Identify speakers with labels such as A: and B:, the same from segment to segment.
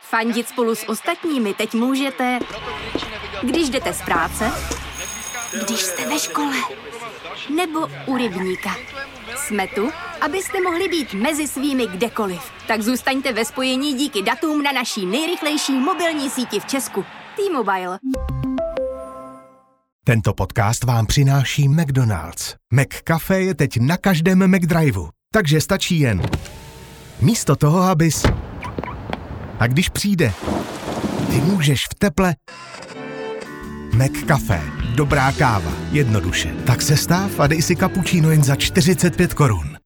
A: Fandit spolu s ostatními teď můžete, když jdete z práce, když jste ve škole nebo u rybníka. Jsme tu, abyste mohli být mezi svými kdekoliv. Tak zůstaňte ve spojení díky datům na naší nejrychlejší mobilní síti v Česku. T-Mobile.
B: Tento podcast vám přináší McDonald's. McCafe je teď na každém McDriveu, takže stačí jen místo toho, abys... A když přijde, ty můžeš v teple... McCafe. Dobrá káva. Jednoduše. Tak se stáv a dej si kapučíno jen za 45 korun.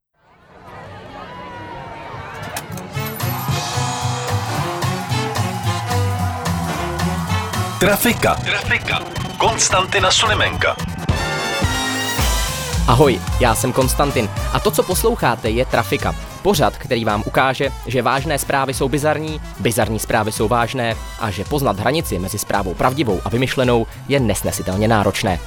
C: Trafika. Trafika. Konstantina Sulimenka.
D: Ahoj, já jsem Konstantin a to, co posloucháte, je Trafika. Pořad, který vám ukáže, že vážné zprávy jsou bizarní, bizarní zprávy jsou vážné a že poznat hranici mezi zprávou pravdivou a vymyšlenou je nesnesitelně náročné.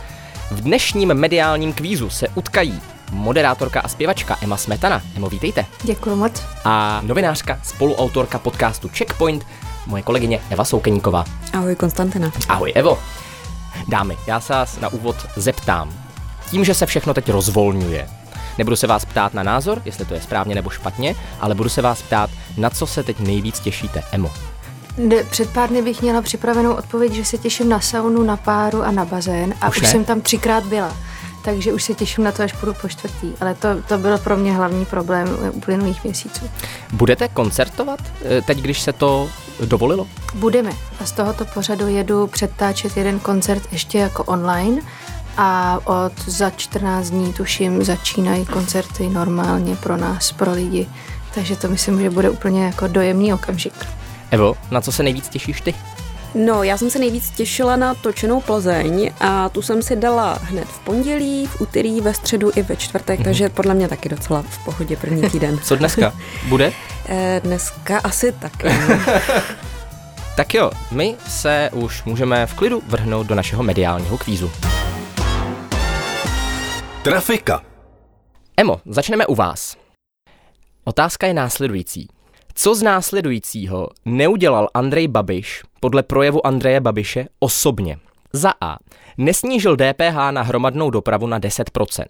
D: V dnešním mediálním kvízu se utkají moderátorka a zpěvačka Emma Smetana. Emo, vítejte.
E: Děkuji moc.
D: A novinářka, spoluautorka podcastu Checkpoint, moje kolegyně Eva Soukeníková.
E: Ahoj Konstantina.
D: Ahoj Evo. Dámy, já se vás na úvod zeptám. Tím, že se všechno teď rozvolňuje, nebudu se vás ptát na názor, jestli to je správně nebo špatně, ale budu se vás ptát, na co se teď nejvíc těšíte, Emo.
E: De, před pár dny bych měla připravenou odpověď, že se těším na saunu, na páru a na bazén a
D: Už
E: už,
D: ne?
E: už jsem tam třikrát byla. Takže už se těším na to, až půjdu po čtvrtý. Ale to, to byl pro mě hlavní problém eh, uplynulých měsíců.
D: Budete koncertovat eh, teď, když se to dovolilo?
E: Budeme. A z tohoto pořadu jedu předtáčet jeden koncert ještě jako online a od za 14 dní tuším začínají koncerty normálně pro nás, pro lidi. Takže to myslím, že bude úplně jako dojemný okamžik.
D: Evo, na co se nejvíc těšíš ty?
F: No, já jsem se nejvíc těšila na točenou Plzeň a tu jsem si dala hned v pondělí, v úterý, ve středu i ve čtvrtek, takže podle mě taky docela v pohodě první týden.
D: Mhm. Co dneska? Bude?
F: Eh, Dneska asi taky.
D: Tak jo, my se už můžeme v klidu vrhnout do našeho mediálního kvízu.
C: Trafika.
D: Emo, začneme u vás. Otázka je následující. Co z následujícího neudělal Andrej Babiš podle projevu Andreje Babiše osobně? Za A. Nesnížil DPH na hromadnou dopravu na 10%.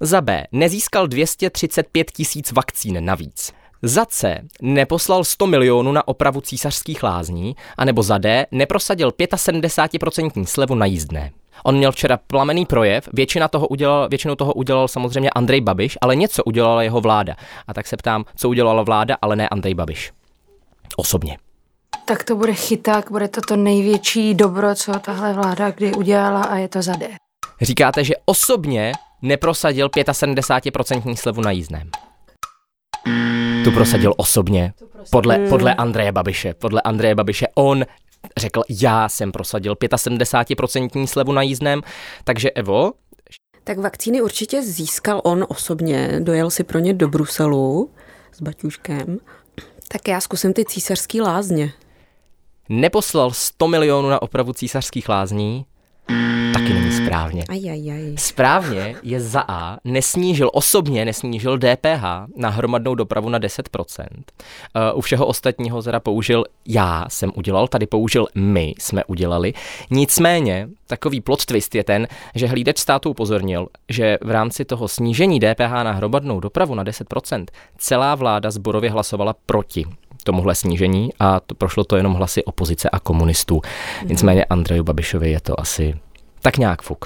D: Za B. Nezískal 235 tisíc vakcín navíc. Za C. Neposlal 100 milionů na opravu císařských lázní, anebo za D. Neprosadil 75% slevu na jízdné. On měl včera plamený projev, většina toho udělal, většinu toho udělal samozřejmě Andrej Babiš, ale něco udělala jeho vláda. A tak se ptám, co udělala vláda, ale ne Andrej Babiš. Osobně.
E: Tak to bude chyták, bude to to největší dobro, co tahle vláda kdy udělala a je to za D.
D: Říkáte, že osobně neprosadil 75% slevu na jízdném. Tu prosadil osobně, podle, podle Andreje Babiše. Podle Andreje Babiše on řekl, já jsem prosadil 75% slevu na jízdném, takže Evo,
F: tak vakcíny určitě získal on osobně, dojel si pro ně do Bruselu s Baťuškem. Tak já zkusím ty císařský lázně.
D: neposlal 100 milionů na opravu císařských lázní, taky není správně.
F: Ajajaj.
D: Správně je za A, nesnížil, osobně nesnížil DPH na hromadnou dopravu na 10%. Uh, u všeho ostatního teda použil já jsem udělal, tady použil my jsme udělali. Nicméně, takový plot twist je ten, že hlídač státu upozornil, že v rámci toho snížení DPH na hromadnou dopravu na 10% celá vláda zborově hlasovala proti tomuhle snížení a to prošlo to jenom hlasy opozice a komunistů. Nicméně Andreju Babišovi je to asi tak nějak fuk.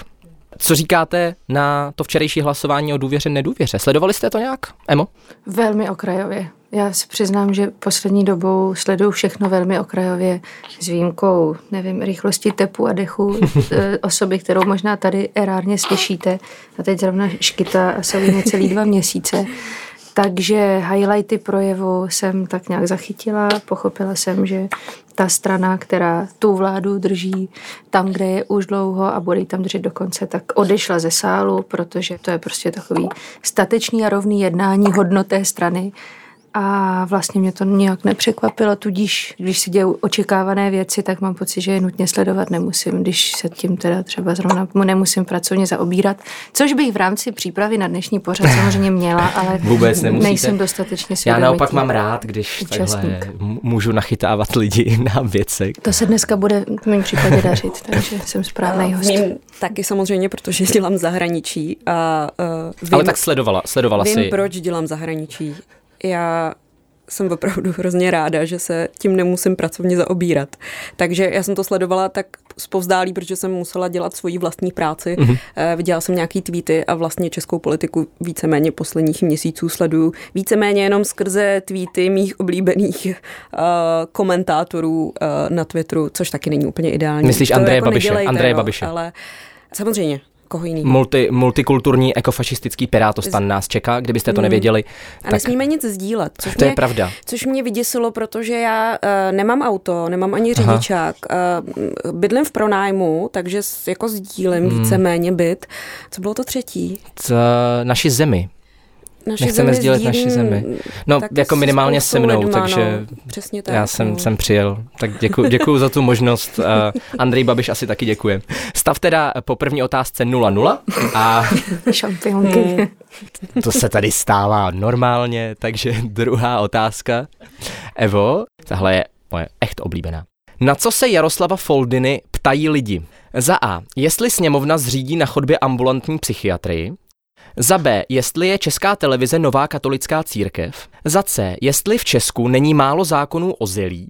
D: Co říkáte na to včerejší hlasování o důvěře, nedůvěře? Sledovali jste to nějak, Emo?
E: Velmi okrajově. Já si přiznám, že poslední dobou sleduju všechno velmi okrajově s výjimkou, nevím, rychlosti tepu a dechu eh, osoby, kterou možná tady erárně slyšíte. A teď zrovna škyta a jsou jí necelý dva měsíce. Takže highlighty projevu jsem tak nějak zachytila. Pochopila jsem, že ta strana, která tu vládu drží tam, kde je už dlouho a bude ji tam držet do konce, tak odešla ze sálu, protože to je prostě takový statečný a rovný jednání hodnoté strany. a vlastně mě to nějak nepřekvapilo, tudíž když si děju očekávané věci, tak mám pocit, že je nutně sledovat nemusím, když se tím teda třeba zrovna mu nemusím pracovně zaobírat, což bych v rámci přípravy na dnešní pořad samozřejmě měla, ale
D: Vůbec nemusíte.
E: nejsem dostatečně
D: Já
E: svědomitý.
D: naopak mám rád, když takhle
E: účastník.
D: m- můžu nachytávat lidi na věci.
E: To se dneska bude v mém případě dařit, takže jsem správný host.
F: Vím taky samozřejmě, protože dělám zahraničí a uh, vím,
D: Ale tak sledovala, sledovala
F: vím
D: si.
F: proč dělám zahraničí. Já jsem opravdu hrozně ráda, že se tím nemusím pracovně zaobírat. Takže já jsem to sledovala tak zpovzdálí, protože jsem musela dělat svoji vlastní práci.
D: Mhm.
F: Mm-hmm. Viděla jsem nějaký tweety a vlastně českou politiku víceméně posledních měsíců sleduju. Víceméně jenom skrze tweety mých oblíbených uh, komentátorů uh, na Twitteru, což taky není úplně ideální.
D: Myslíš
F: To jako
D: Andreje Babiše,
F: nedělejte,
D: Andreje Babiše.
F: Ale samozřejmě, koho jiného.
D: Multi, multikulturní ekofašistický pirátostan nás čeká, kdybyste to nevěděli.
F: Hmm. A
D: Tak
F: nesmíme nic sdílet. Což
D: To je
F: mě,
D: pravda.
F: Což mě vyděsilo, protože já uh, nemám auto, nemám ani řidičák. Uh, bydlím v pronájmu, takže s, jako sdílím hmm. víceméně byt. Co bylo to třetí?
D: t, eh, naši zemi.
F: Naši
D: Nechceme
F: zemi
D: sdílet naši
F: sdílím,
D: zemi. No,
F: tak
D: jako
F: s
D: minimálně se
F: spoustou
D: mnou,
F: lidma,
D: takže
F: No, přesně tak.
D: Já jsem,
F: no.
D: jsem přijel, tak děkuji děkuju za tu možnost. Uh, Andrej Babiš asi taky děkuje. Stav teda po první otázce 0-0 a
E: Šampionky.
F: Hmm.
D: to se tady stává normálně, takže druhá otázka. Evo, tahle je moje echt oblíbená. Na co se Jaroslava Foldiny ptají lidi? Za A. Jestli sněmovna zřídí na chodbě ambulantní psychiatrii? Za B. Jestli je česká televize nová katolická církev? Za C. Jestli v Česku není málo zákonů o zelí?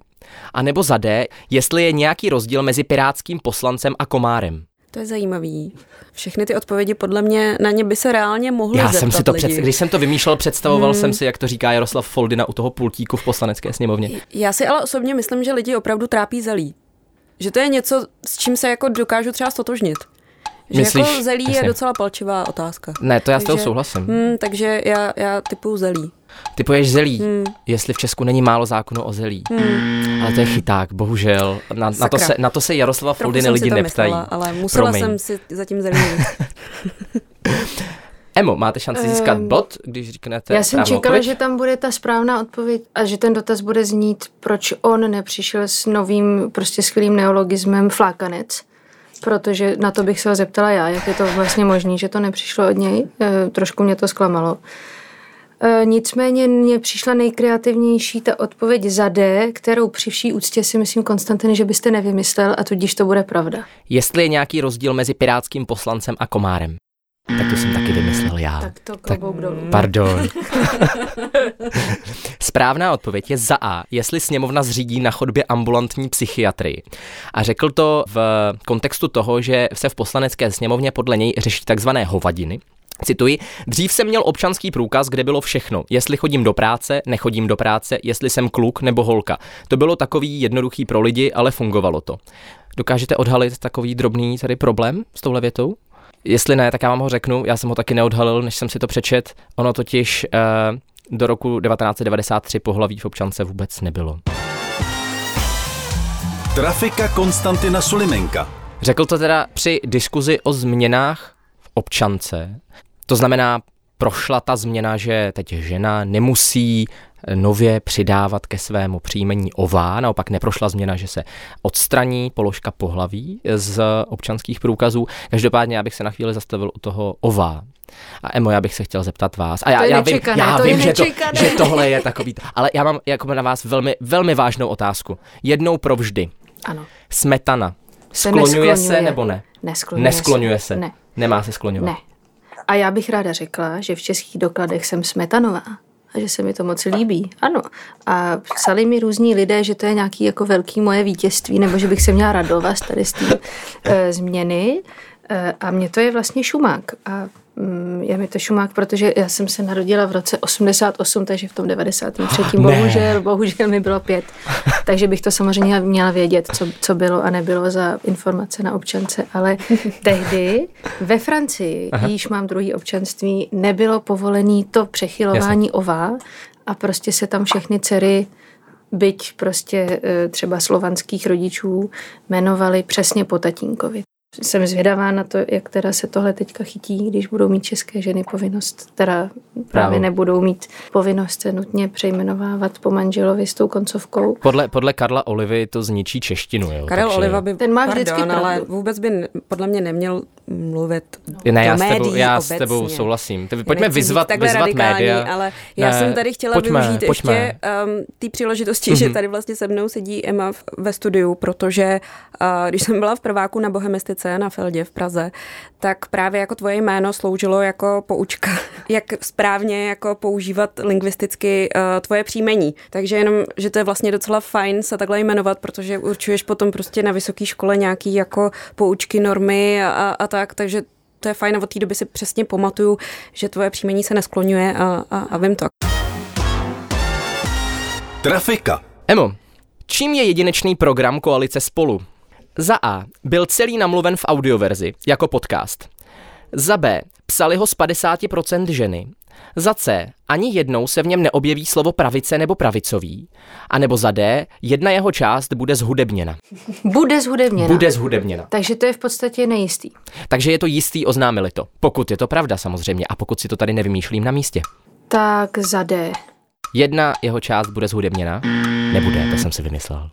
D: A nebo za D. Jestli je nějaký rozdíl mezi pirátským poslancem a komárem?
F: To je zajímavý. Všechny ty odpovědi podle mě na ně by se reálně mohly
D: Já
F: zeptat
D: jsem si to
F: lidi. Hmm.
D: před, když jsem to vymýšlel, představoval jsem si, jak to říká Jaroslav Foldina u toho pultíku v poslanecké sněmovně.
F: Já si ale osobně myslím, že lidi opravdu trápí zelí. Že to je něco, s čím se jako dokážu třeba stotožnit. Že
D: Myslíš-
F: jako zelí
D: jasně.
F: je docela palčivá otázka.
D: Ne, to já s tou
F: Takže-
D: souhlasím.
F: Hmm, takže já, já typu zelí.
D: Ty poješ zelí,
F: Hmm.
D: jestli v Česku není málo zákonů o zelí. Ale to je chyták, bohužel. Na, na, to,
F: Sakra.
D: se, na to se Jaroslava
F: Trochu
D: Foldiny
F: jsem si
D: lidi
F: to
D: neptají.
F: myslela, ale musela
D: Promiň. No,
F: jsem si zatím zelí. mluvit.
D: Emo, máte šanci získat
E: Ehm,
D: bod, když říknete
E: Já jsem
D: správnou
E: čekala,
D: odpověď?
E: že tam bude ta správná odpověď a že ten dotaz bude znít, proč on nepřišel s novým, prostě skvělým neologismem flákanec. Protože na to bych se ho zeptala já, jak je to vlastně možné, že to nepřišlo od něj. E, trošku mě to zklamalo. E, nicméně mně přišla nejkreativnější ta odpověď za D, kterou při vší úctě si myslím, Konstantin, že byste nevymyslel a tudíž to bude pravda.
D: Jestli je nějaký rozdíl mezi pirátským poslancem a komárem. Tak to jsem taky vymyslel já.
E: Tak to klobouk dolů.
D: Pardon. Správná odpověď je za A, jestli sněmovna zřídí na chodbě ambulantní psychiatrii. A řekl to v kontextu toho, že se v poslanecké sněmovně podle něj řeší takzvané hovadiny. Cituji, dřív jsem měl občanský průkaz, kde bylo všechno. Jestli chodím do práce, nechodím do práce, jestli jsem kluk nebo holka. To bylo takový jednoduchý pro lidi, ale fungovalo to. Dokážete odhalit takový drobný tady problém s touhle větou? Jestli ne, tak já vám ho řeknu, já jsem ho taky neodhalil, než jsem si to přečet. Ono totiž eh, do roku 1993 pohlaví v občance vůbec nebylo.
C: Trafika Konstantina Sulimenka.
D: Řekl to teda při diskuzi o změnách v občance. To znamená, prošla ta změna, že teď žena nemusí nově přidávat ke svému příjmení ová, naopak neprošla změna, že se odstraní položka pohlaví z občanských průkazů. Každopádně já bych se na chvíli zastavil u toho ová. A Emo, já bych se chtěl zeptat vás. A já,
E: To je
D: já vím,
E: nečekané,
D: já
E: to je
D: vím že, to,
E: nečekané.
D: že tohle je takový. Ale já mám jako na vás velmi, velmi vážnou otázku. Jednou pro vždy.
E: Ano.
D: Smetana.
E: Se
D: Skloňuje se
E: nesklonuje.
D: nebo ne?
E: Neskloňuje,
D: Neskloňuje se.
E: Ne.
D: Nemá se skloňovat.
E: Ne. A já bych ráda řekla, že v českých dokladech jsem smetanová a že se mi to moc líbí. Ano. A psali mi různí lidé, že to je nějaký jako velký moje vítězství, nebo že bych se měla radovat tady z té e, změny. E, a mě to je vlastně šumák. A mm, je mi to šumák, protože já jsem se narodila v roce 88, takže v tom 93.
D: Ne.
E: bohužel, bohužel mi bylo pět. Takže bych to samozřejmě měla vědět, co, co bylo a nebylo za informace na občance, ale tehdy ve Francii, Aha. již mám druhý občanství, nebylo povolený to přechylování ová a prostě se tam všechny dcery byť prostě eh, třeba slovanských rodičů jmenovali přesně po tatínkovi. Jsem zvědavá na to, jak teda se tohle teďka chytí, když budou mít české ženy povinnost, teda právě nebudou mít povinnost se nutně přejmenovávat po manželovi s tou koncovkou.
D: Podle, podle Karla Olivy to zničí češtinu, jo.
F: Karel
D: takže-
F: Oliva by
E: Ten má vždycky
F: pardon,
E: pravdu.
F: ale vůbec by n- podle mě neměl mluvit
D: Ne, já,
F: do
D: s
F: médií
D: tebou, já s
F: obecně.
D: tebou souhlasím. Tebe,
F: Já
D: pojďme
F: nechci být
D: vyzvat,
F: takhle
D: vyzvat
F: radikální,
D: média.
F: Ale já
D: Ne,
F: jsem tady chtěla
D: pojďme,
F: využít
D: pojďme.
F: ještě um, té příležitosti, že tady vlastně se mnou sedí Emma v, ve studiu, protože uh, když jsem byla v prváku na Bohemistice na Feldě v Praze, tak právě jako tvoje jméno sloužilo jako poučka, jak správně jako používat lingvisticky uh, tvoje příjmení. Takže jenom, že to je vlastně docela fajn se takhle jmenovat, protože určuješ potom prostě na vysoké škole nějaký jako poučky, normy a, a tak, takže to je fajn a od té doby si přesně pamatuju, že tvoje příjmení se neskloňuje a, a, a vím to.
C: Trafika.
D: Emo, čím je jedinečný program koalice spolu? Za A. Byl celý namluven v audioverzi, jako podcast. Za B. Psali ho z 50% ženy. Za C. Ani jednou se v něm neobjeví slovo pravice nebo pravicový. A nebo za D. Jedna jeho část bude zhudebněna.
E: Bude zhudebněna.
D: Bude zhudebněna.
E: Takže to je v podstatě nejistý.
D: Takže je to jistý, oznámili to. Pokud je to pravda samozřejmě a pokud si to tady nevymýšlím na místě.
E: Tak za D.
D: Jedna jeho část bude zhudebněna? Nebude, to jsem si vymyslel.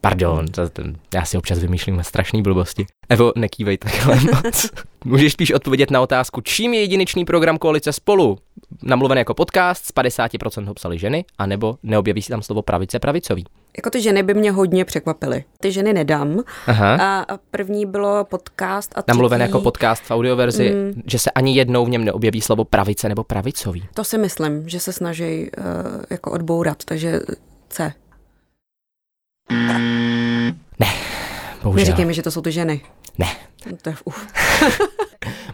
D: Pardon, to, to, já si občas vymýšlím strašné blbosti. Evo, nekývej takhle moc. Můžeš spíš odpovědět na otázku, čím je jedinečný program Koalice spolu? Namluven jako podcast, z 50% ho psali ženy, anebo neobjeví se tam slovo pravice pravicový.
F: Jako ty ženy by mě hodně překvapily. Ty ženy nedám.
D: Aha.
F: A, a první bylo podcast a třetí,
D: Namluven jako podcast v audioverzi, že se ani jednou v něm neobjeví slovo pravice nebo pravicový.
F: To si myslím, že se snaží uh, jako odbourat, takže C.
D: Bohužel.
F: Neříkej mi, že to jsou ty ženy.
D: Ne.
F: No To je, uf.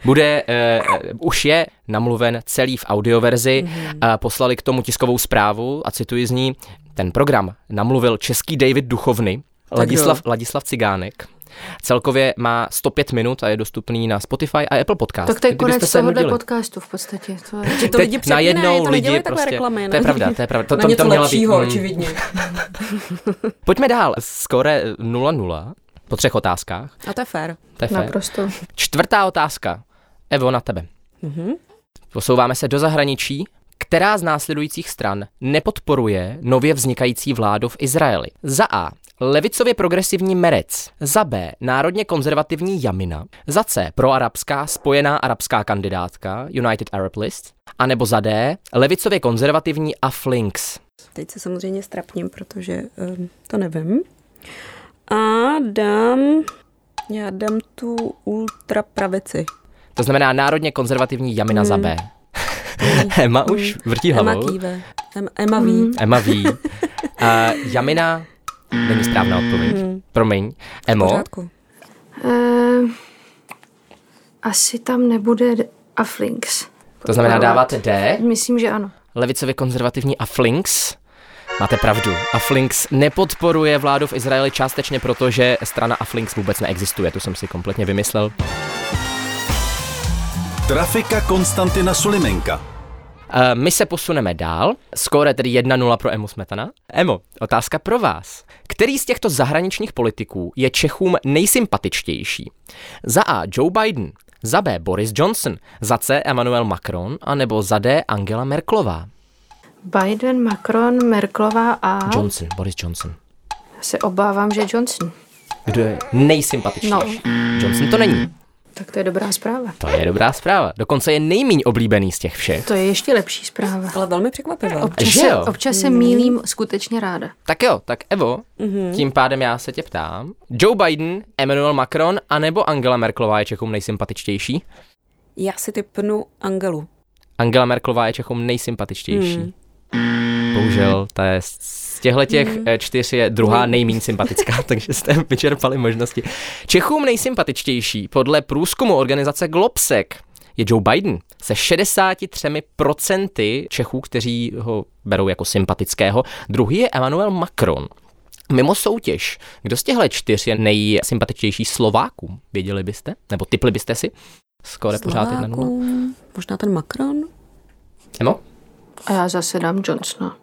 D: Bude, eh, eh, už je namluven celý v audioverzi,
E: Mhm.
D: mm-hmm. eh, poslali k tomu tiskovou zprávu a cituji z ní, ten program namluvil český David Duchovny, Ladislav, Ladislav Cigánek. Celkově má 105 minut a je dostupný na Spotify a Apple Podcast.
E: Tak to je
D: Kdybyste
E: konec
D: se
E: tohohle
D: nudili.
E: podcastu v podstatě. To je...
F: Že to
D: Teď
F: lidi přepínají,
D: najednou
F: to
D: lidi
F: lidi takhle
D: prostě-
F: reklamy.
D: to je pravda, to je pravda, to-
F: na
D: to-
F: něco
D: to měla být,
F: lepšího,
D: mm.
F: očividně.
D: Pojďme dál. Skore 0-0 po třech otázkách.
F: A to je fér.
D: To je fér.
E: Naprosto.
D: Čtvrtá otázka. Evo, na tebe.
F: Mhm.
D: Posouváme se do zahraničí. Která z následujících stran nepodporuje nově vznikající vládu v Izraeli? Za A. Levicově progresivní Merec. Za B. Národně konzervativní Jamina. Za C. Proarabská spojená arabská kandidátka United Arab List. A nebo za D. Levicově konzervativní Aflinks.
F: Teď se samozřejmě strapním, protože um, to nevím. A dám... Já dám tu ultrapravici.
D: To znamená národně konzervativní Jamina za B. Emma už vrtí
F: Mm. Emma
D: hlavou.
F: kýve. Em- Emma ví.
D: Emma ví. A Jamina není správná odpověď. Promiň.
F: Hmm. V
D: Emo,
F: pořádku.
E: Eh, asi tam nebude Aflinks.
D: to znamená dáváte D.
E: Myslím, že ano.
D: levicově konzervativní Aflinks. Máte pravdu. Aflinks nepodporuje vládu v Izraeli částečně proto, že strana Aflinks vůbec neexistuje. To jsem si kompletně vymyslel.
C: Trafika Konstantina Sulimenka.
D: E, My se posuneme dál. Skóre tedy 1-0 pro Emu Smetana. Emo, otázka pro vás. Který z těchto zahraničních politiků je Čechům nejsympatičtější? Za A. Joe Biden, za B. Boris Johnson, za C. Emmanuel Macron, anebo za D. Angela Merklová.
E: Biden, Macron, Merklová a
D: Johnson, Boris Johnson.
E: se obávám, že Johnson. No.
D: Kdo je nejsympatičtější? Johnson to není.
E: Tak to je dobrá zpráva.
D: To je dobrá zpráva. Dokonce je nejmíň oblíbený z těch všech.
E: To je ještě lepší zpráva.
F: Ale velmi překvapivá.
E: Občas,
D: Že
E: se,
D: jo?
E: občas se mílím skutečně ráda.
D: Tak jo, tak Evo, mm-hmm. tím pádem já se tě ptám. Joe Biden, Emmanuel Macron anebo Angela Merklová je Čechům nejsympatičtější?
F: Já si typnu Angelu.
D: Angela Merklová je Čechům nejsympatičtější. Mm. Bohužel, ta je z- z těchto těch mm. čtyř je druhá nejméně sympatická, takže jste vyčerpali možnosti. Čechům nejsympatičtější podle průzkumu organizace Globsec je Joe Biden se 63% Čechů, kteří ho berou jako sympatického. Druhý je Emmanuel Macron. Mimo soutěž, kdo z těchto čtyř je nejsympatičtější Slovákům? Věděli byste? Nebo typli byste si? Skoro pořád jedna nula.
F: Slovákům, Možná ten Macron?
D: Emo?
E: A já zase dám Johnsona.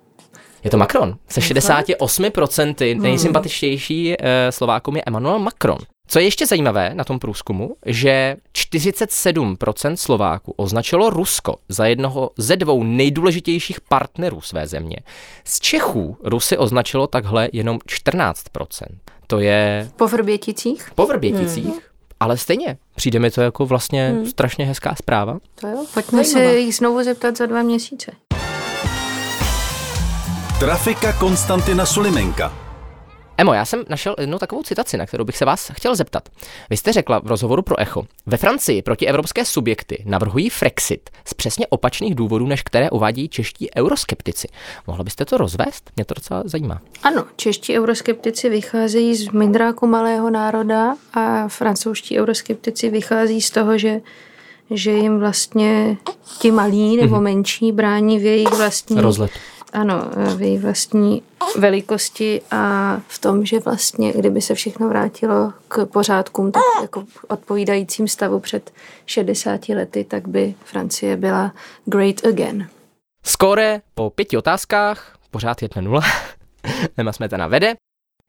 D: Je to Macron. Se 68% nejsympatičtější eh, Slovákům je Emmanuel Macron. Co je ještě zajímavé na tom průzkumu, že 47% Slováků označilo Rusko za jednoho ze dvou nejdůležitějších partnerů své země. Z Čechů Rusy označilo takhle jenom 14%. To je
E: Po Vrběticích?
D: po vrběticích, ale stejně přijde mi to jako vlastně strašně hezká zpráva.
E: To jo. Pojďme se jich znovu zeptat za dva měsíce.
C: Trafika Konstantina Sulimenka.
D: Emo, já jsem našel jednu takovou citaci, na kterou bych se vás chtěl zeptat. Vy jste řekla v rozhovoru pro Echo, ve Francii proti evropské subjekty navrhují Frexit z přesně opačných důvodů, než které uvádí čeští euroskeptici. Mohla byste to rozvést? Mě to docela zajímá.
E: Ano, čeští euroskeptici vycházejí z mindráku malého národa a francouzští euroskeptici vychází z toho, že že jim vlastně ti malí nebo menší brání v jejich vlastní...
D: Rozlet.
E: Ano, eh, v její vlastní velikosti a v tom, že vlastně, kdyby se všechno vrátilo k pořádkům, tak jako odpovídajícím stavu před 60 lety, tak by Francie byla great again.
D: Skóre po pěti otázkách, pořád 1-0, Emma Smetana vede.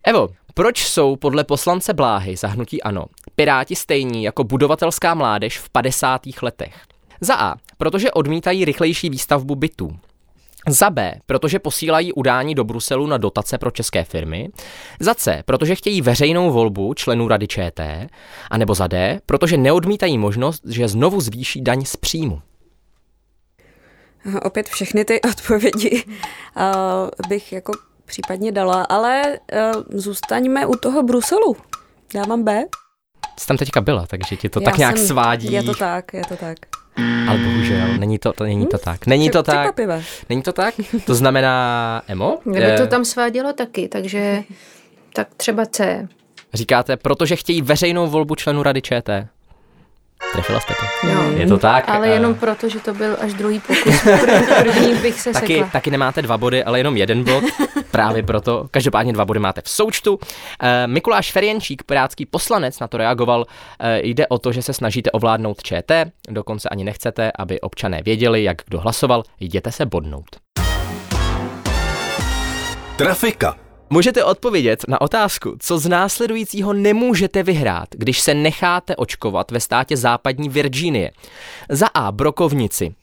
D: Evo, proč jsou podle poslance Bláhy zahnutí ano piráti stejní jako budovatelská mládež v 50. letech? Za A, protože odmítají rychlejší výstavbu bytů. Za B, protože posílají udání do Bruselu na dotace pro české firmy. Za C, protože chtějí veřejnou volbu členů rady ČT. A nebo za D, protože neodmítají možnost, že znovu zvýší daň z příjmu.
F: A Opět všechny ty odpovědi a, bych jako případně dala, ale eh, zůstaňme u toho Bruselu. Dávám B.
D: Jsi tam teďka byla, takže ti to tak nějak svádí.
F: Je to tak, je to tak.
D: Ale bohužel, není to, to, není to
E: Hm,
D: tak. Není to tak.
F: Překvapivé.
D: Není to tak. To znamená, Emo,
E: Kdyby to
D: eh,
E: tam svádělo taky, takže tak třeba C.
D: říkáte, protože chtějí veřejnou volbu členů rady ČT. Trefila jste to.
E: Jo.
D: Je to tak.
E: Hm, Ale
D: eh,
E: jenom proto, že to byl až druhý pokus. První bych se
D: Taky,
E: sekla.
D: taky nemáte dva body, ale jenom jeden bod. Právě proto. Každopádně dva body máte v součtu. Eh, Mikuláš Ferjenčík, pirátský poslanec, na to reagoval. Eh, Jde o to, že se snažíte ovládnout ČT, dokonce ani nechcete, aby občané věděli, jak kdo hlasoval. Jděte se bodnout.
C: Trafika.
D: Můžete odpovědět na otázku, co z následujícího nemůžete vyhrát, když se necháte očkovat ve státě západní Virginie. Za A. Brokovnici.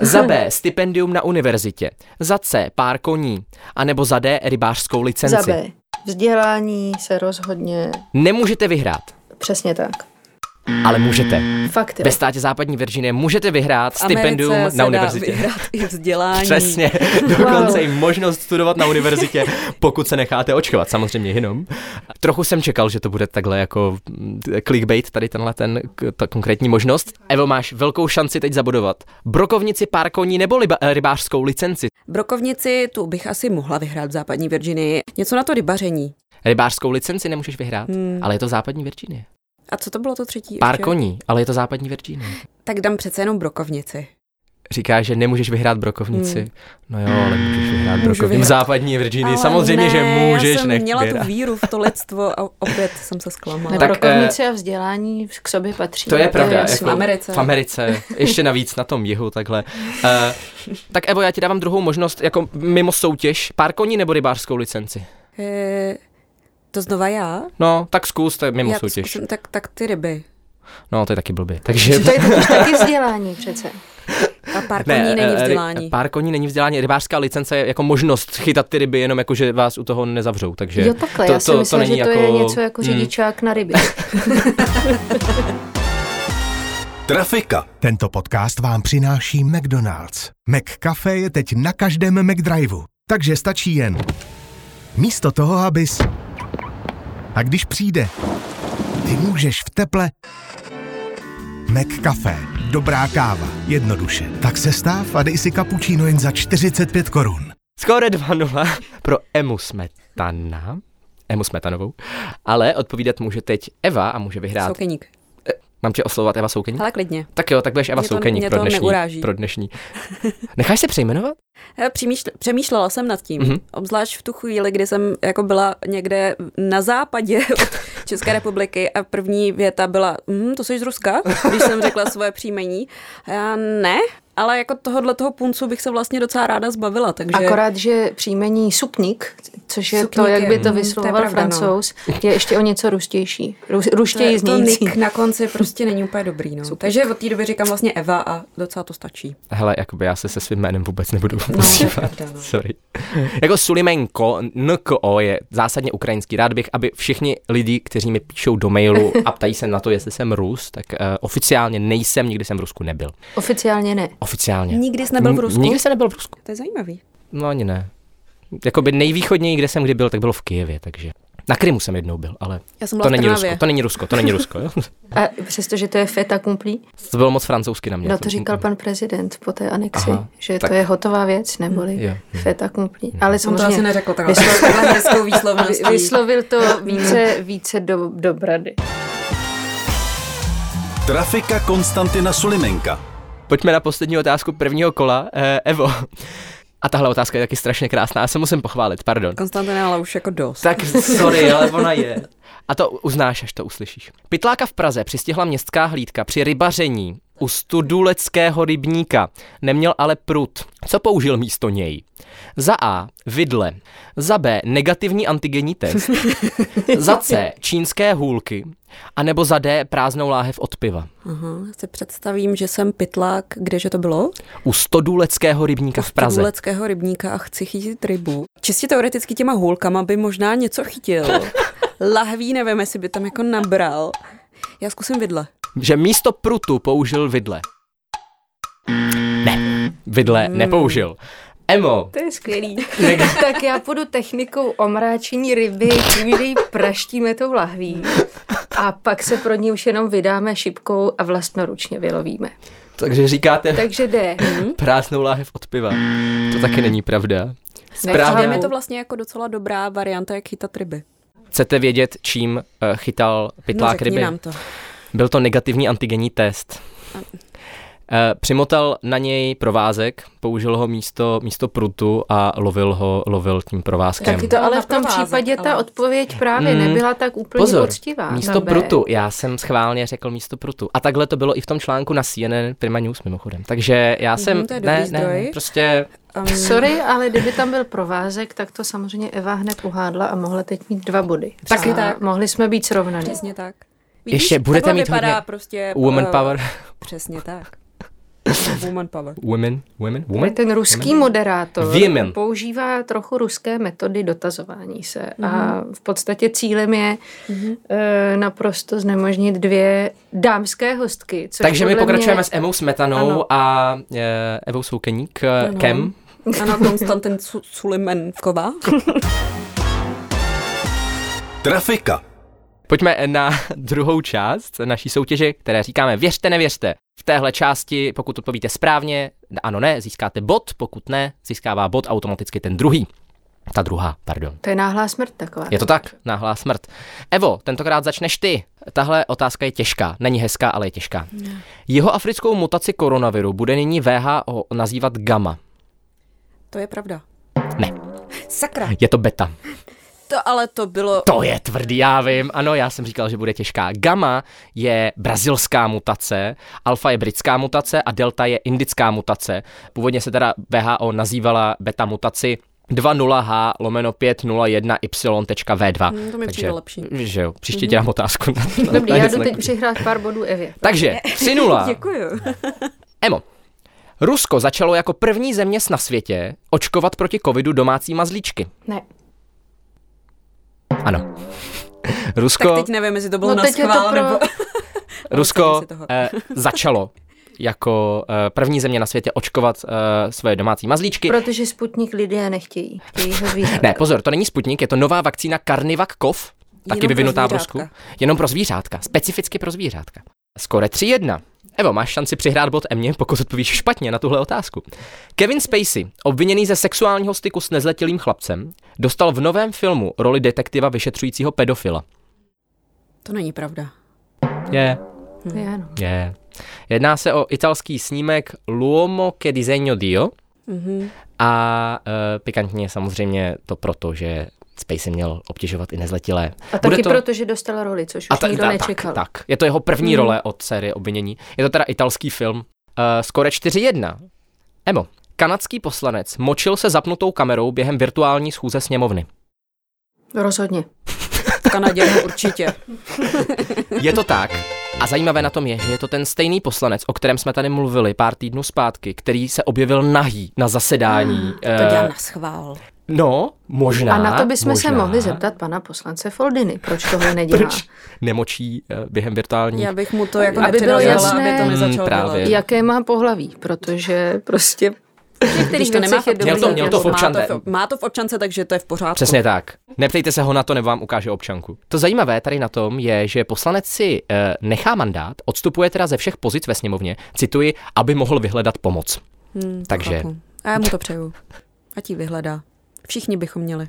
D: Za B. Stipendium na univerzitě. Za C. Pár koní. A nebo za D. Rybářskou licenci.
E: Za B. Vzdělání se rozhodně
D: Nemůžete vyhrát,
E: přesně tak.
D: ale můžete.
E: Fakt jo.
D: Ve státě západní Virginie můžete vyhrát stipendium
F: Americe se
D: na
F: dá
D: univerzitě.
F: vyhrát i vzdělání.
D: Přesně, dokonce i možnost studovat na univerzitě, pokud se necháte očkovat, samozřejmě jenom. Trochu jsem čekal, že to bude takhle jako mm, clickbait, tady tenhle ten, k- ta konkrétní možnost. Evo, máš velkou šanci teď zabudovat. Brokovnici, pár koní nebo liba, eh, rybářskou licenci.
F: Brokovnici, tu bych asi mohla vyhrát v západní Virginii. Něco na to rybaření.
D: Rybářskou licenci nemůžeš vyhrát,
F: Hmm.
D: ale je to západní Virginie.
F: A co to bylo to třetí?
D: Pár
F: ještě?
D: koní, ale je to západní Virginie.
F: Tak dám přece jenom brokovnici.
D: říká, že nemůžeš vyhrát brokovnici. Hmm. No jo, ale můžeš vyhrát brokovnici. V
F: vyhrát.
D: západní Virginii
F: Ale
D: samozřejmě,
F: ne,
D: že můžeš,
F: já jsem
D: nech
F: měla
D: vyhrát.
F: tu víru v to lidstvo a opět jsem se zklamala.
D: Tak,
E: Tak,
D: eh,
E: Brokovnice a vzdělání k sobě patří.
D: To je pravda. jako-
E: jasný.
F: v Americe.
D: V Americe, ještě navíc na tom jihu, takhle. Uh, tak Evo, já ti dávám druhou možnost, jako mimo soutěž, pár koní nebo rybářskou licenci.
F: Eh, to znova já?
D: No, tak zkus, to je mimo
F: já to
D: soutěž.
F: zkusím, tak, tak ty ryby.
D: No, to je taky blbě. Takže...
E: To je totiž taky vzdělání přece.
F: A pár koní
D: eh,
F: není
D: ry-
F: vzdělání.
D: Pár koní není vzdělání. Rybářská licence je jako možnost chytat ty ryby, jenom jako, že vás u toho nezavřou. Takže
E: Jo takhle, to, já si myslela, že to je něco jako
D: Mm.
E: řidičák na ryby.
C: Trafika.
B: Tento podcast vám přináší McDonald's. McCafe je teď na každém McDriveu, takže stačí jen. Místo toho, abys... A když přijde, ty můžeš v teple... McCafe. Dobrá káva. Jednoduše. Tak se stáv a dej si cappuccino jen za 45 korun.
D: Skóre 2-0 pro Emu Smetana. Emu Smetanovou. Ale odpovídat může teď Eva a může vyhrát. Soukeň.
F: Soukeník.
D: Mám tě oslovovat Eva Soukeník?
F: Ale klidně.
D: Tak jo, tak budeš Eva
F: Mě to-
D: Soukeník
F: mě
D: pro
F: to
D: dnešní.
F: neuráží.
D: Pro dnešní. Necháš se přejmenovat?
F: Já Eh, přemýšle, přemýšlela jsem nad tím,
D: Mhm.
F: mm-hmm. obzvlášť v tu chvíli, kdy jsem jako byla někde na západě od České republiky a první věta byla, mm, to jsi z Ruska, když jsem řekla svoje příjmení. A já ne, Ale jako tohohle toho puncu bych se vlastně docela ráda zbavila, takže...
E: Akorát, že příjmení supník, což je
F: Supník
E: to, jak
F: je-
E: by
F: mm, to
E: to
F: je
E: vyslovoval
F: pravda, no.
E: francouz, je ještě o něco ruštější. Ru,
F: to, je-
E: ruštěji
F: to
E: znějící.
F: nik na konci prostě není úplně dobrý, no. Takže od té doby říkám vlastně Eva a docela to stačí.
D: Hele, jakoby já se se svým jménem vůbec nebudu
F: to je
D: no.
F: pravda, no.
D: Sorry. Jako Sulimenko, NKO je zásadně ukrajinský. Rád bych, aby všichni lidi, kteří mi píšou do mailu a ptají se na to, jestli jsem Rus, tak uh, oficiálně nejsem, nikdy jsem v Rusku nebyl.
E: Oficiálně ne.
D: Oficiálně.
F: Nikdy jsi nebyl v
D: N-
F: Rusku?
D: Nikdy jsem nebyl v Rusku.
F: To je zajímavý.
D: No ani ne. Jakoby nejvýchodněji, kde jsem kdy byl, tak bylo v Kijevě, takže... Na Krymu jsem jednou byl, ale
F: Já jsem byla
D: to
F: v
D: není
F: Trnavě.
D: Rusko, to není Rusko, to není Rusko, jo?
E: A přestože to je feta kumplí,
D: To bylo moc francouzsky na mě.
E: no to říkal pan prezident po té anexi,
D: Aha,
E: že
D: tak- Mhm.
E: to je hotová věc, neboli
D: Jo, jo.
E: feta kumplí. Ale
F: On to asi
E: samozřejmě
F: neřekl takhle, takhle hezkou výslovností.
E: vy- vyslovil to více, více do, do brady.
C: Trafika Konstantina Sulimenka.
D: Pojďme na poslední otázku prvního kola. Eh, Evo. A tahle otázka je taky strašně krásná. Já se musím pochválit, pardon.
F: Konstantina, ale už jako dost.
D: Tak sorry, ale ona je. A to uznáš, až to uslyšíš. Pytláka v Praze přistihla městská hlídka při rybaření u studuleckého rybníka. Neměl ale prut. Co použil místo něj? Za A. Vidle. Za B. Negativní antigenní test. za C. Čínské hůlky. A nebo za D. Prázdnou láhev od piva.
F: Aha, si představím, že jsem pytlák, kdeže to bylo?
D: U stoduleckého rybníka v Praze.
F: Tuleckého rybníka a chci chytit rybu. Čistě teoreticky těma hůlkama by možná něco chytil. Lahví nevím, jestli by tam jako nabral. Já zkusím vidle.
D: že místo prutu použil vidle. Ne, vidle
F: Hmm.
D: nepoužil. Emo,
E: To je skvělý. tak já půjdu technikou omráčení ryby, tím, že ji praštíme tou lahví. A pak se pro ní už jenom vydáme šipkou a vlastnoručně vylovíme.
D: takže říkáte
E: Takže jde.
D: Hmm? prázdnou láhev od piva. To taky není pravda.
E: Správně.
F: Je to vlastně jako docela dobrá varianta, jak chytat ryby.
D: Chcete vědět, čím eh, chytal
F: No,
D: pytlák
F: řekni
D: ryby?
F: nám to.
D: Byl to negativní antigenní test. Eh, Přimotal na něj provázek, použil ho místo, místo prutu a lovil ho lovil tím provázkem.
E: Taky to ale
F: Na
E: v tom
F: provázek,
E: případě ta
F: ale-
E: odpověď právě
D: Mm.
E: nebyla tak úplně
D: Pozor,
E: poctivá.
D: místo
E: Za B.
D: prutu. Já jsem schválně řekl místo prutu. A takhle to bylo i v tom článku na CNN Prima News mimochodem. Takže já jsem...
F: Mhm, to je dobrý
D: ne, ne,
F: zdroj.
D: ne, prostě...
E: Sorry, ale kdyby tam byl provázek, tak to samozřejmě Eva hned uhádla a mohla teď mít dva body.
F: Taky
E: a
F: tak.
E: Mohli jsme být srovnaní.
F: Přesně tak.
D: Ještě budete
F: takhle
D: mít
F: vypadá
D: hodně
F: prostě...
D: Woman
F: eh,
D: power.
F: Přesně tak. Woman power.
D: Women, women,
E: Ale
D: women.
E: ten ruský moderátor
D: Women.
E: používá trochu ruské metody dotazování se a
F: Mhm.
E: v podstatě cílem je eh, naprosto znemožnit dvě dámské hostky. Což
D: Takže my
E: podle
D: pokračujeme
E: mě,
D: s Emou Smetanou
E: Ano.
D: a eh, Evou Soukeník, eh,
F: Ano.
D: Kem.
F: Ano, Konstantin Su- Sulimenková.
C: Trafika.
D: Pojďme na druhou část naší soutěže, které říkáme věřte, nevěřte. V téhle části, pokud odpovíte správně, ano, ne, získáte bod, pokud ne, získává bod automaticky ten druhý. Ta druhá, pardon.
E: To je náhlá smrt taková.
D: Je to tak, náhlá smrt. Evo, tentokrát začneš ty. Tahle otázka je těžká. Není hezká, ale je těžká. Jeho africkou mutaci koronaviru bude nyní VHO nazývat gamma.
F: To je pravda.
D: Ne,
F: Sakra.
D: je to beta.
F: To ale to bylo...
D: To je tvrdý, já vím. Ano, já jsem říkal, že bude těžká. Gamma je brazilská mutace, alfa je britská mutace a delta je indická mutace. Původně se teda VHO nazývala beta mutaci 2.0H lomeno 5.01Y.V2.
F: Hm, to mi přijde lepší.
D: Že jo, příště dělám otázku. Na, na,
E: Dobrý,
D: na
E: já
D: něco
E: jdu teď
D: takového.
E: přihrát pár bodů Evě.
D: Takže 3-0.
F: Děkuju.
D: Jako- Emo. Rusko začalo jako první země na světě očkovat proti covidu domácí mazlíčky.
E: Ne.
D: Ano. Rusko,
F: Tak teď nevím, jestli to bylo
E: No
F: na
E: teď je to
F: schvál,
E: pro-
F: nebo...
D: Rusko
F: Odstavím se toho.
D: eh, začalo jako eh, první země na světě očkovat eh, svoje domácí mazlíčky.
E: Protože Sputnik lidé nechtějí. Chtějí ho zvířata.
D: Ne, pozor, to není Sputnik, je to nová vakcína Carnivac Kov, taky
F: Jenom pro
D: vyvinutá v
F: zvířátka.
D: Rusku. Jenom pro zvířátka, specificky pro zvířátka. Skore 3-1. Evo, máš šanci přihrát bod Emě, pokud odpovíš špatně na tuhle otázku. Kevin Spacey, obviněný ze sexuálního styku s nezletilým chlapcem, dostal v novém filmu roli detektiva vyšetřujícího pedofila.
F: To není pravda.
D: Je,
E: Já, no.
D: je. Jedná se o italský snímek L'uomo che disegno Dio,
F: Mhm.
D: A e, pikantní je samozřejmě to proto, že Spacey měl obtěžovat i nezletilé.
E: A
D: Bude to-
E: taky to... proto, že dostal roli, což už
D: ta-
E: nikdo
D: ta-
E: nečekal. Hmm.
D: tak, tak. Je to jeho první role od série obvinění. Je to teda italský film Eh, skore 4-1. Emo, kanadský poslanec močil se zapnutou kamerou během virtuální schůze sněmovny.
E: Rozhodně.
F: V Kanadě no, určitě.
D: Eh, Je to tak. A zajímavé na tom je, že je to ten stejný poslanec, o kterém jsme tady mluvili pár týdnů zpátky, který se objevil nahý na zasedání.
F: To
D: eh,
F: dělám na schvál.
D: no, možná.
E: Ah, A na to bychom
D: možná,
E: se mohli zeptat pana poslance Foldiny, proč tohle nedělá.
D: Proč nemočí eh, během virtuální
F: Já bych mu to jako
E: Aby bylo
F: nepřirozovala, aby to
E: jasné-
F: nezačalo
D: Mm, právě.
F: dělat.
E: Jaké má pohlaví, protože prostě
F: Když to nemá,
E: věcech je
F: v-
E: dobrý Měl to-
D: měl to v
F: má
D: občance.
F: to v- Má to v občance, takže to je v pořádku.
D: Přesně tak. Neptejte se ho na to, nebo vám ukáže občanku. To zajímavé tady na tom je, že poslanec si eh, nechá mandát, odstupuje teda ze všech pozic ve sněmovně, cituji, aby mohl vyhledat pomoc.
F: Hmm, to
D: Takže-
F: chápu. A já mu to přeju. A ti vyhledá. Všichni bychom měli.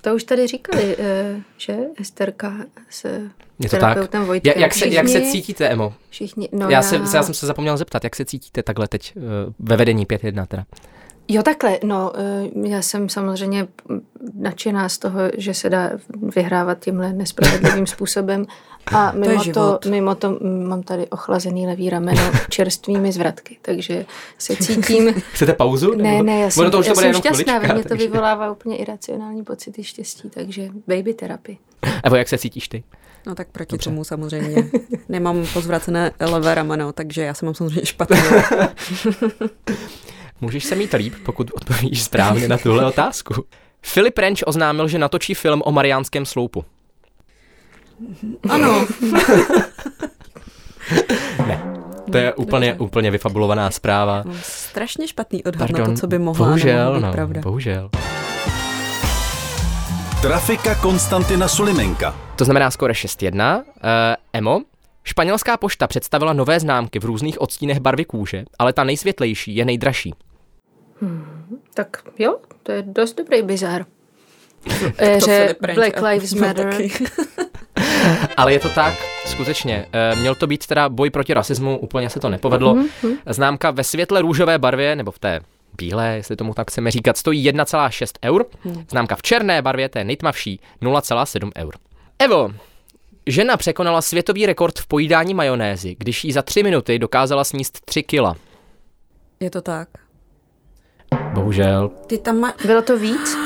E: To už tady říkali, eh, že Esterka s
D: Je to tak?
E: terapeutem Vojtkem.
D: Ja, jak, se, jak se
E: Všichni-
D: cítíte, Emo?
E: Všichni, no
D: já, se, já jsem se zapomněl zeptat, jak se cítíte takhle teď eh, ve vedení 5.1 teda.
E: Jo, takhle, no, eh, já jsem samozřejmě nadšená z toho, že se dá vyhrávat tímhle nespravedlivým způsobem a mimo to,
F: život.
E: mimo to mm, mám tady ochlazený levý rameno čerstvými zvratky, takže se cítím...
D: Chcete pauzu?
E: Ne,
D: Nebo-
E: ne, já jsem,
D: Ono to už
E: já
D: to bude
E: jsem
D: jenom
E: šťastná, ve
D: chvilička,
E: mně to
D: takže-
E: vyvolává úplně iracionální pocity štěstí, takže baby terapii.
D: Evo, jak se cítíš ty?
F: No tak proti Dobře. tomu samozřejmě. Nemám pozvracené levé rameno, takže já se mám samozřejmě špatně.
D: Můžeš se mít líp, pokud odpovíš správně na tuhle otázku. Filip Renč oznámil, že natočí film o Mariánském sloupu.
F: ano.
D: To je úplně, úplně vyfabulovaná zpráva.
F: Mám strašně špatný odhad
D: Pardon,
F: na to, co by mohla a nemohla
D: bohužel,
F: být
D: no,
F: pravda.
D: bohužel.
C: Trafika Konstantina Sulimenka.
D: To znamená skoro 6-1. Uh, Emo, španělská pošta představila nové známky v různých odstínech barvy kůže, ale ta nejsvětlejší je nejdražší.
E: Tak jo, to je dost dobrý bizar.
F: To
E: Éře
F: Filip Renč
E: Black
F: a-
E: Lives
F: no,
E: Matter.
F: taky.
D: Ale je to tak, skutečně. Uh, měl to být teda boj proti rasismu, úplně se to nepovedlo.
F: Mhm,
D: Známka ve světle růžové barvě, nebo v té bílé, jestli tomu tak chceme říkat, stojí 1,6 eur.
F: Hmm.
D: Známka v černé barvě, té nejtmavší, 0,7 eur. Evo, žena překonala světový rekord v pojídání majonézy, když jí za tři minuty dokázala sníst 3 kila.
F: Je to tak.
D: Bohužel,
F: Ty tam má...
E: Bylo to víc?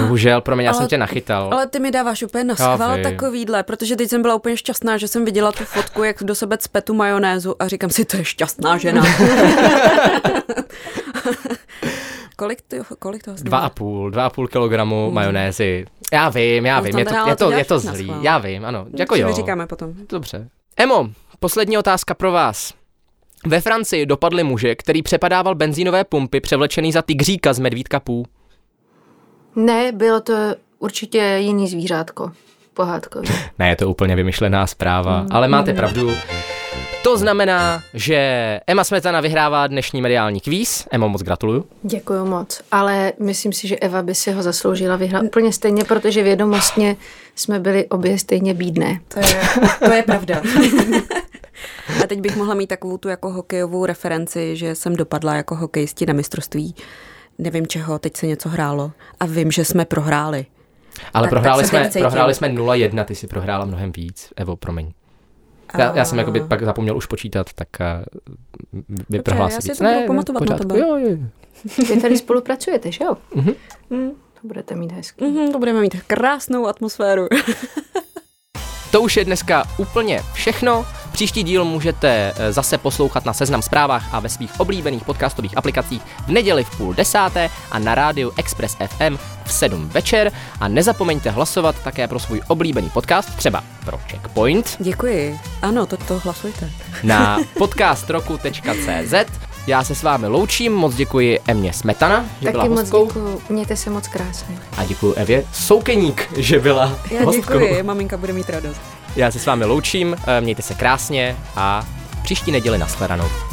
D: Bohužel, promiň, já jsem
F: Ale-
D: tě nachytal.
F: Ale ty mi dáváš úplně na
D: Já
F: schvál
D: vím.
F: takovýhle, protože teď jsem byla úplně šťastná, že jsem viděla tu fotku, jak do sebe cpe tu majonézu a říkám si, to je šťastná žena. kolik, ty, kolik toho
D: Dva a půl, dva a půl kilogramu majonézy. Já vím, já
F: No,
D: vím,
F: tam
D: je to,
F: teda
D: je
F: ale to
D: to, je
F: děláš
D: to
F: na
D: zlý.
F: schvál.
D: Já vím, ano, jako
F: Co
D: jo.
F: mi říkáme potom?
D: Dobře. Emo, poslední otázka pro vás. Ve Francii dopadli muže, který přepadával benzínové pumpy převlečený za tygříka z medvídka Pů.
E: Ne, bylo to určitě jiný zvířátko. Pohádkový.
D: Ne, je to úplně vymyšlená zpráva, ale máte pravdu. Hmm. To znamená, že Emma Smetana vyhrává dnešní mediální kvíz. Emo, moc gratuluju.
E: Děkuji moc, ale myslím si, že Eva by si ho zasloužila vyhrát úplně stejně, protože vědomostně jsme byli obě stejně bídné.
F: To je, to je pravda. A teď bych mohla mít takovou tu jako hokejovou referenci, že jsem dopadla jako hokejisti na mistrovství. Nevím čeho, teď se něco hrálo a vím, že jsme prohráli.
D: Ale
F: Tak-
D: prohráli,
F: tak se
D: jsme,
F: teď cítím.
D: prohráli jsme 0-1, ty si prohrála mnohem víc. Evo, promiň. Já, já jsem jakoby pak zapomněl už počítat, tak eh, vy
F: Dobře,
D: prohlásili.
F: já si
D: víc.
F: to budu pamatovat na
D: pořádku,
F: tebe.
D: Jo, jo. jo.
E: Vy tady spolupracujete, že jo? Mm,
D: Mhm.
E: To budete mít hezky.
F: Mm-hmm, to budeme mít krásnou atmosféru.
D: To už je dneska úplně všechno. Příští díl můžete eh, zase poslouchat na Seznam zprávách a ve svých oblíbených podcastových aplikacích v neděli v půl desáté a na rádiu Express FM v 7 večer. A nezapomeňte hlasovat také pro svůj oblíbený podcast, třeba pro Checkpoint,
F: Děkuji. Ano, to, to hlasujte.
D: na podcastroku.cz. Já se s vámi loučím, moc děkuji Emě Smetana, že byla
E: Taky moc
D: hostkou.
E: děkuji, mějte se moc krásně.
D: A děkuji Evě Soukeník, že byla
F: Já
D: hostkou.
F: děkuji, maminka bude mít radost.
D: Já se s vámi loučím, eh, mějte se krásně a příští neděli nashledanou.